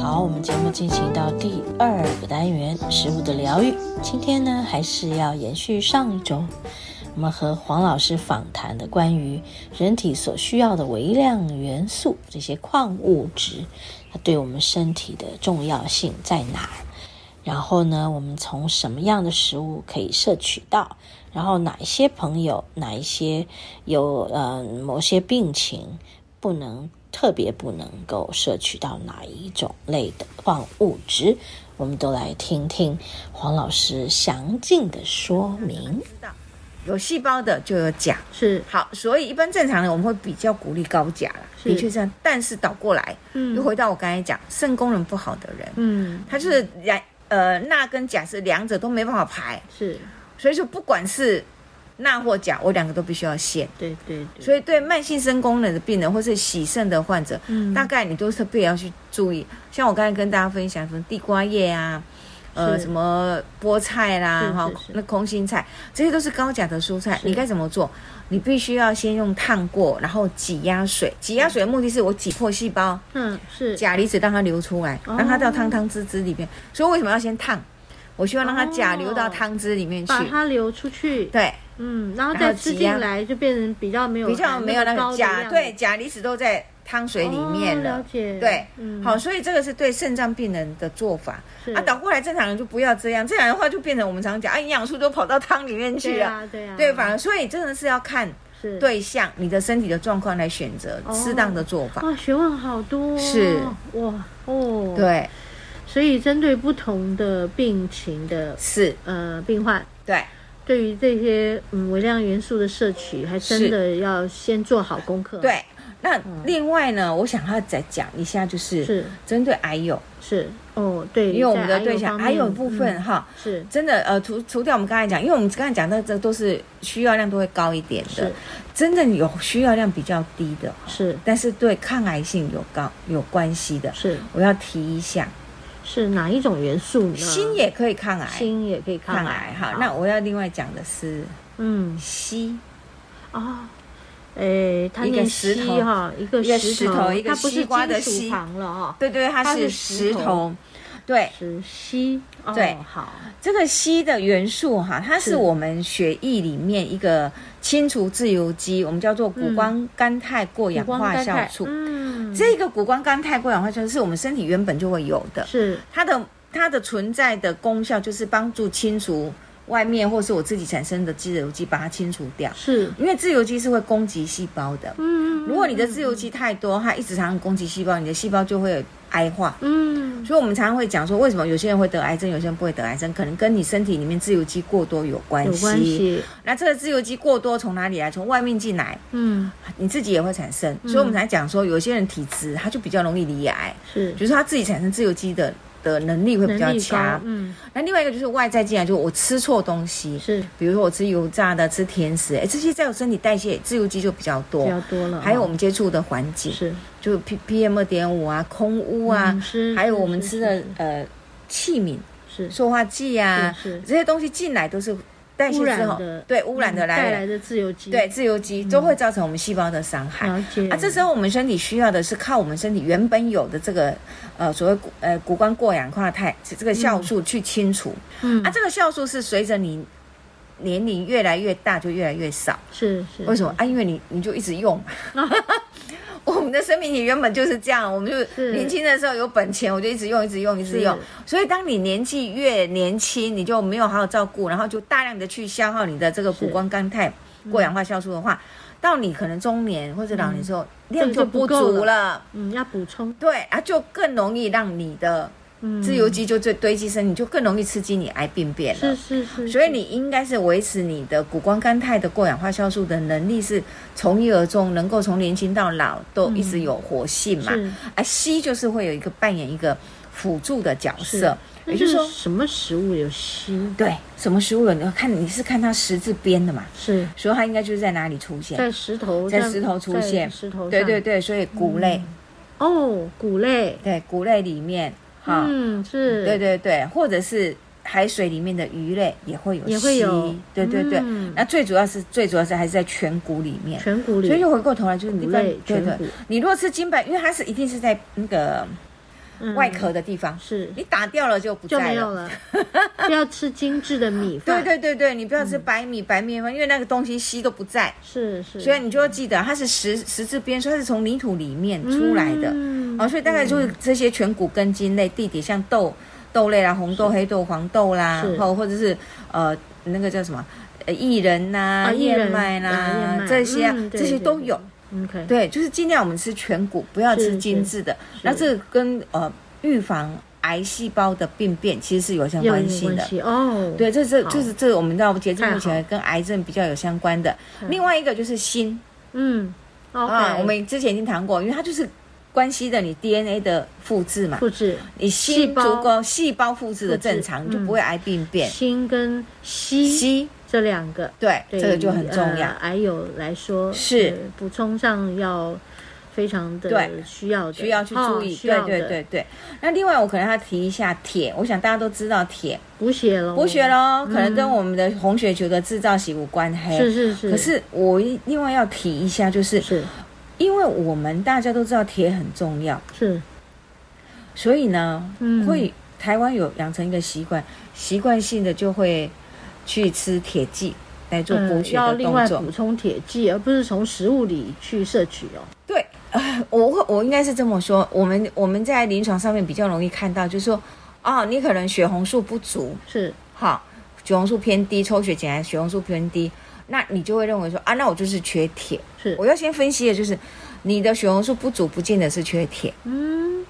好，我们节目进行到第二个单元——食物的疗愈。今天呢，还是要延续上一周我们和黄老师访谈的关于人体所需要的微量元素这些矿物质，它对我们身体的重要性在哪儿？然后呢，我们从什么样的食物可以摄取到？然后哪一些朋友，哪一些有呃某些病情不能特别不能够摄取到哪一种类的矿物质，我们都来听听黄老师详尽的说明。有细胞的就有钾，是，好，所以一般正常人我们会比较鼓励高钾啦，是的确这样。但是倒过来，又回到我刚才讲，肾功能不好的人，嗯，他就是两呃钠跟钾是两者都没办法排，是，所以说不管是钠或钾，我两个都必须要限。对对对，所以对慢性肾功能的病人或是洗肾的患者，嗯大概你都特别要去注意。像我刚才跟大家分享什么地瓜叶啊，呃，是什么菠菜啦是，哈是是，那空心菜，这些都是高钾的蔬菜。是你该怎么做？你必须要先用烫过，然后挤压水。挤压水的目的是我挤破细胞，嗯是钾离子让它流出来，哦让它到汤汤汁汁里面。所以为什么要先烫？我希望让它钾哦流到汤汁里面去。把它流出去，对，嗯，然后然再后吃挤进压来就变成比较没有比较含没有那高个的钾，量对，钾离子都在汤水里面哦了了。解，对，嗯，好，啊所以这个是对肾脏病人的做法是啊。倒过来，正常人就不要这样，这样的话就变成我们常讲啊，营养素都跑到汤里面去对了，啊，对啊，对吧？所以真的是要看是，对象、你的身体的状况来选择哦适当的做法。哇，学问好多、哦，是哇哦，，对，所以针对不同的病情的是，呃病患，对，对于这些嗯微量元素的摄取，还真的要先做好功课，，对。那另外呢，我想要再讲一下，就是嗯是针对癌友，是哦，对，因为我们的在对象方面癌友部分嗯哈，是真的呃，除除掉我们刚才讲，因为我们刚才讲到这都是需要量都会高一点的是，真正有需要量比较低的，是但是对抗癌性有高有关系的，是我要提一下，是哪一种元素呢？锌也可以抗癌，锌也可以抗抗癌哈。好那我要另外讲的是嗯硒，哦。诶，它一个念石西头哈，一个一个石石头一个它不是西瓜的金属西旁了啊，对对，它它是是石石头头，对是西哦，对好，这个硒的元素哈，它是是我们血液里面一个清除自由基，我们叫做谷胱嗯甘肽过氧化酵素。嗯，这个谷胱甘肽过氧化酵素是我们身体原本就会有的，是它的它的存在的功效就是帮助清除外面或是我自己产生的自由基，把它清除掉。是，因为自由基是会攻击细胞的，嗯，如果你的自由基太多，它一直常常攻击细胞，你的细胞就会癌化。嗯，所以我们常常会讲说，为什么有些人会得癌症，有些人不会得癌症，可能跟你身体里面自由基过多有关有系。关系，那这个自由基过多从哪里来？从外面进来，嗯，你自己也会产生。所以我们才讲说，有些人体质他就比较容易罹癌，是就是他自己产生自由基的的能力会比较能力高强，。嗯，那另外一个就是外在进来，就是我吃错东西，是比如说我吃油炸的、吃甜食，哎，这些在我身体代谢自由基就比较比多。较多了哦，还有我们接触的环境，是就是 P P M 二点五啊、空污啊，嗯是还有是我们是吃是的是呃器皿、是塑化剂啊，是是这些东西进来都是代谢污之染后的，对污染的嗯带来来源，的自由基，对，自由基都会造成我们细胞的伤害。了解啊，这时候我们身体需要的是靠我们身体原本有的这个，呃，所谓谷呃谷胱过氧化肽这个酵素去清除。嗯啊，这个酵素是随着你年龄越来越大就越来越少。是是为什么？啊？因为你你就一直用嘛。 我们的生命体原本就是这样，我们就是是年轻的时候有本钱，我就一直用，一直用，一直用是。所以当你年纪越年轻，你就没有好好照顾，然后就大量的去消耗你的这个是嗯谷胱甘肽过氧化酵素的话，到你可能中年或者老年之后，量嗯就这个就不不够足了了。嗯要补充，对啊，就更容易让你的嗯，自由基就最堆积身，你就更容易刺激你癌病变了。是是是，所以是你应该是维持你的谷胱甘肽的过氧化酵素的能力是从一而终，能够从年轻到老都一直有活性嘛。是啊，硒就是会有一个扮演一个辅助的角是嗯色，那也就就是是说，什么食物有硒？对什么食物有？你要看你是看它十字边的嘛，是所以它应该就是在哪里出现。在石头，在石头出在现石头上，嗯对对对，所以谷类，哦，谷类，对谷类里面，哈、嗯，是，对对对，或者是海水里面的鱼类也会有硒，也会有对对对。嗯那最主要是最主要是还是在全谷里面，全谷里，所以就回过头来就是你谷在类对全对谷，你若吃金白，因为它是一定是在那个嗯外壳的地方，是你打掉了就不就在没有了。 了，不要吃精致的米对饭，嗯对，对对对，你不要吃白米、白面饭，因为那个东西硒都不在，是是，所以你就要记得它是十十字边，所以它是从泥土里面出来的。嗯哦，所以大概就是这些全谷根茎类，地底像豆豆类啦、红豆、黑豆、黄豆啦哦是，或或者是呃那个叫什么呃薏仁呐、啊薏仁燕麦啊燕啦麦这些啊嗯，对这些对都对有。嗯 OK，对，就是尽量我们吃全谷，不要是吃精致的。那这个跟呃预防癌细胞的病变其实是有相有关点性关的。系哦，对，这是好就是这我们知道截至太目前好跟癌症比较有相关的。嗯另外一个就是锌嗯，OK，啊，我们之前已经谈过，因为它就是关系的你 DNA 的复制嘛，复制你细锌胞足够细胞复制的正常，复你制就不会癌病变。锌跟硒硒这两个，对，对这个就很重要呃。癌友来说是呃补充上要非常的对需要的，需要去注哦意，需对要对的对对。那另外，我可能要提一下铁，我想大家都知道铁补血喽，补血喽，嗯可能跟我们的红血球的制造息有关黑。是是是，哎可是我一另外要提一下，就是是因为我们大家都知道铁很重要，是，所以呢，嗯会台湾有养成一个习惯，习惯性的就会去吃铁剂来做补嗯血要的另外动作。补充铁剂，而不是从食物里去摄取哦。对， 呃我会我应该是这么说，我们我们在临床上面比较容易看到，就是说，哦，你可能血红素不足，是好，血红素偏低，抽血检查血红素偏低，那你就会认为说啊，那我就是缺铁。是我，要先分析的就是你的血红素不足，不见得是缺铁。嗯，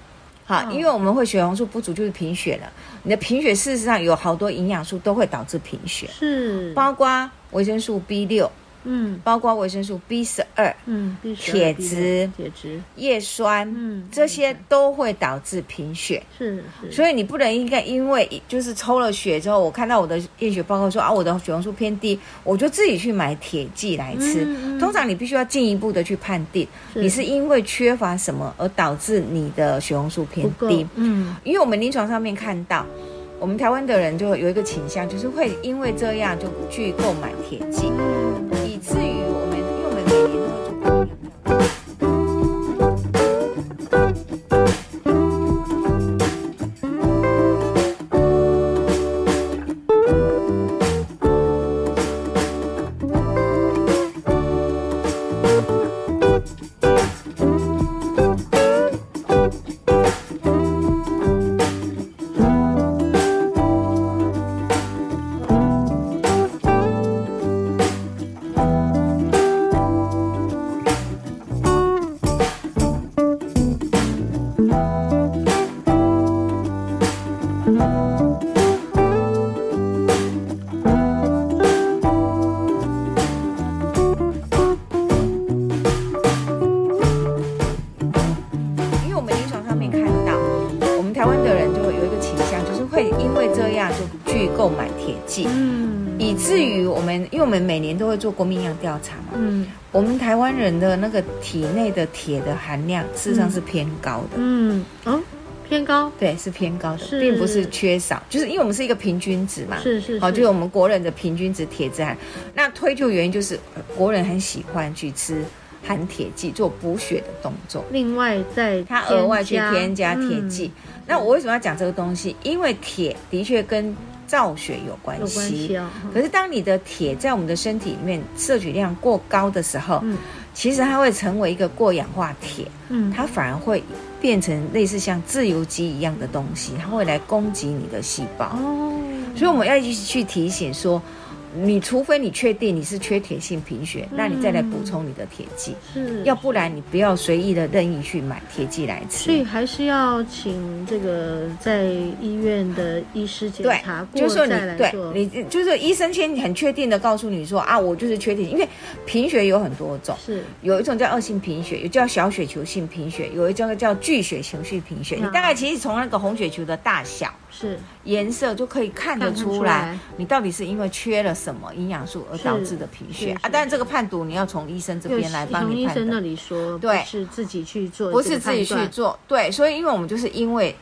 好，嗯因为我们会血红素不足就是贫血了。你的贫血事实上有好多营养素都会导致贫血，是，包括维生素 B 六，嗯包括维生素 B 十二、嗯，必须铁要避免铁质，叶酸，嗯，这些对都会导致贫血。是是，以所以你不能应该因为就是抽了血之后，我看到我的验血报告说啊，我的血红素偏低，我就自己去买铁剂来吃。嗯嗯通常你必须要进一步的去判定，你是因为缺乏什么而导致你的血红素不偏够低。，嗯，因为我们临床上面看到，我们台湾的人就有一个倾向，就是会因为这样就去购买铁剂，嗯以至于我们因为我们每年都会做国民教育因为我们临床上面看到，我们台湾的人就有一个倾向，就是会因为这样就去购买铁剂，嗯以至于我们，因为我们每年都会做国民营养调查嘛，嗯我们台湾人的那个体内的铁的含量事实上是偏高的，嗯，哦，偏高，对，是偏高的，是并不是缺少，就是因为我们是一个平均值嘛。是是，好，就是我们国人的平均值铁质含，那推就原因就是呃国人很喜欢去吃含铁剂做补血的动作。另外再它额外去添添加加嗯铁剂。，那我为什么要讲这个东西？因为铁的确跟造血有嗯关有关系。系哦。可是当你的铁在我们的身体里面摄取量过高的时候，嗯其实它会成为一个过氧化铁，嗯，它反而会变成类似像自由基一样的东西，它会来攻击你的细胞。哦，所以我们要一直去提醒说。你除非你确定你是缺铁性贫血，那你再来补充你的铁剂，嗯是要不然你不要随意的任意去买铁剂来吃。所以还是要请这个在医院的医师检对查，过就是说你再来对做。你就是医生先很确定的告诉你说啊，我就是缺铁，因为贫血有很多种，是有一种叫恶性贫血，有叫小血球性贫血，有一种叫巨血球性贫血。嗯你大概其实从那个红血球的大小是颜色就可以看得看出来，你到底是因为缺了什么营养素而导致的贫是血是啊。但这个判读你要从医生这有边来帮从你医判生断那，里说，对不是自己去做这不个判断，是自己去做。对，所以因为我们就是因为。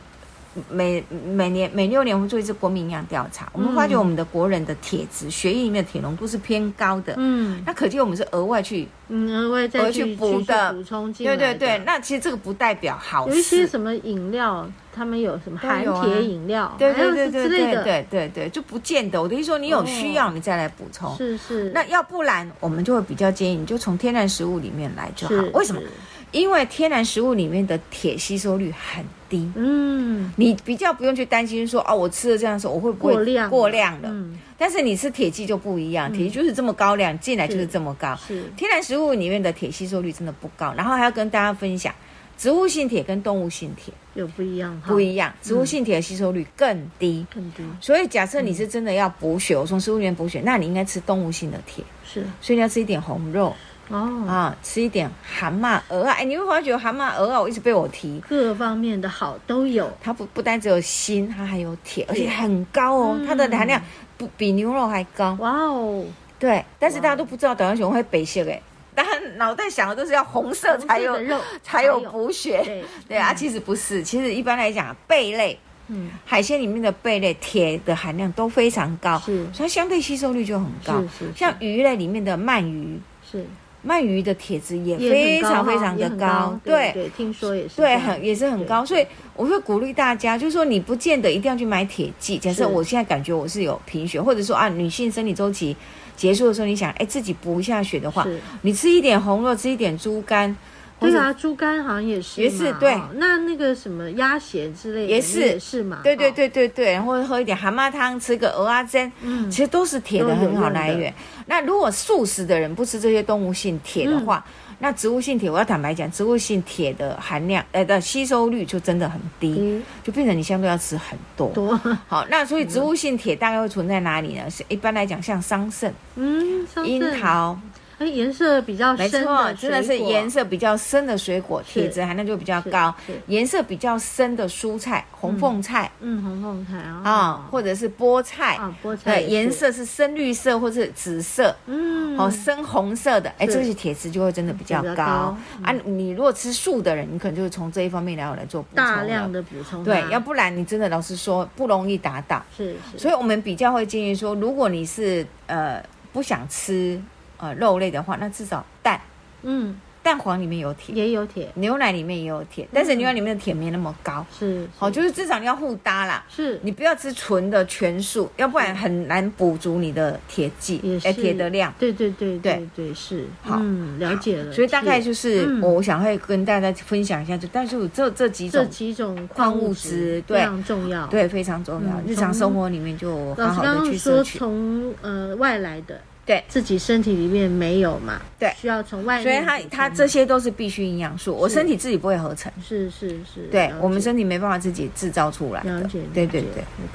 每每年每六年会做一次国民营养调查，我们发觉嗯我们的国人的铁质、血液里面的铁浓度是偏高的，嗯那可见我们是额外去，嗯，额外再额去去补去的补充进来对的。对对。那其实这个不代表好有一些事，什么饮料，他们有什么都含有啊铁饮料，对还有对对是对之类对的，哦对对对，就不见得。我的意思说，你有需要你再来补充。是是。那要不然，我们就会比较建议你就从天然食物里面来就是好。为什么？是因为天然食物里面的铁吸收率很低，嗯，你比较不用去担心说哦，我吃了这样的时候我会不会过量过量了？嗯，但是你吃铁剂就不一样，嗯铁剂就是这么高量，进来就是是这么高。是天然食物里面的铁吸收率真的不高，然后还要跟大家分享，植物性铁跟动物性铁有不一样哈，不一样，植物性铁的吸收率更低。更低所以假设你是真的要补嗯血，我从食物里面补血，那你应该吃动物性的铁，是所以你要吃一点红肉哦，啊，吃一点蛤蟆、鹅啊。哎，你会发觉蛤蟆、鹅啊，我一直被我提，各方面的好都有，它不不单只有锌，它还有铁，而且很高哦，嗯它的含量不比牛肉还高。哇哦，对，但是大家都不知道导弹熊会北血哎，大家脑袋想的都是要红色才有红色的肉嗯才有补血。对对啊，其实不是，其实一般来讲，贝类、嗯海鲜里面的贝类铁的含量都非常高，所是以它相对吸收率就很高是。是像鱼类里面的鳗鱼，是鳗鱼的铁质也也非很高常哈非常也的很高，对对。对，听说也是这对，样很也是很对高，所以我会鼓励大家，就是说你不见得一定要去买铁剂。假是设我现在感觉我是有贫血，或者说啊，女性生理周期结束的时候，你想哎自己补一下血的话，是你吃一点红肉，吃一点猪肝，或对者啊，猪肝好像也是嘛，也是对哦那那个什么鸭血之类的也是也是嘛，对对哦，对对对，然后喝一点蛤蟆汤，吃个鹅啊煎，嗯其实都是铁的都有很好用的来源。那如果素食的人不吃这些动物性铁的嗯话，那植物性铁，我要坦白讲，植物性铁的含量呃的吸收率就真的很低，嗯就变成你相对要吃很多。多，好，那所以植物性铁大概会存在哪里呢？是一般来讲，像桑葚、嗯，桑葚樱，桃，哎，颜色比较没深错，的真的是水果颜色比较深的水果，是铁质含量就比较高是是。颜色比较深的蔬菜，红凤菜嗯，红凤菜啊，啊，或者者是菠菜，啊，菠菜对，也是颜，色是深绿色或是紫色。嗯，哦，深红色的，哎，是这些铁质就会真的比较比高较高嗯啊！你如果吃素的人，你可能就是从这一方面来来做补充了大量的补充它，对，要不然你真的老实说不容易达到。是是，所以我们比较会建议说，如果你是呃不想吃呃肉类的话，那至少蛋嗯，蛋黄里面有铁，也有铁，牛奶里面也有铁，但是牛奶里面的铁没那么高。是，好、就是至少你要互搭啦，是你不要吃纯的全素，要不然很难补足你的铁剂也，哎，是铁的量。对对对对对对是，好嗯，了解了，所以大概是就是嗯我想会跟大家分享一下，就但是我这这几这种几种矿矿物物质质对非常重要，。对非常重要，嗯日常生活里面就好老师好刚的刚去说摄取。从呃外来的，对自己身体里面没有嘛，对需要从外所以面补它充，它这些都是必需营养素，我是身体自己不会合成。是是是，对了解我们身体没办法自己制造出来的。了解，了对对解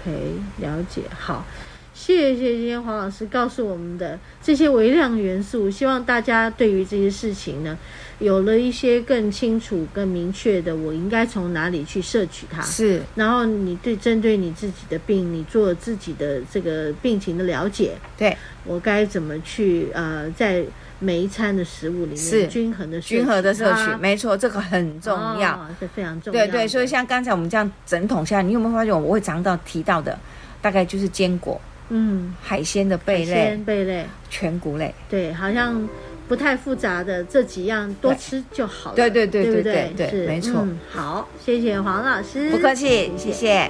对， ，OK，了解，好。谢谢今天黄老师告诉我们的这些微量元素，希望大家对于这些事情呢，有了一些更清楚、更明确的，我应该从哪里去摄取它。是然后你对针对你自己的病，你做自己的这个病情的了解，对，我该怎么去呃，在每一餐的食物里面是均衡的均衡的摄取，它没错，这个很重要。啊哦这非常重要对的。对，所以像刚才我们这样整桶下来，你有没有发现我会常到提到的，大概就是坚果、嗯，海鲜的贝海类鲜、贝类，全谷类。对，好像不太复杂的这几样多对吃就好了。对对对对不对对对是没错嗯好，谢谢黄老师，不客气，谢谢。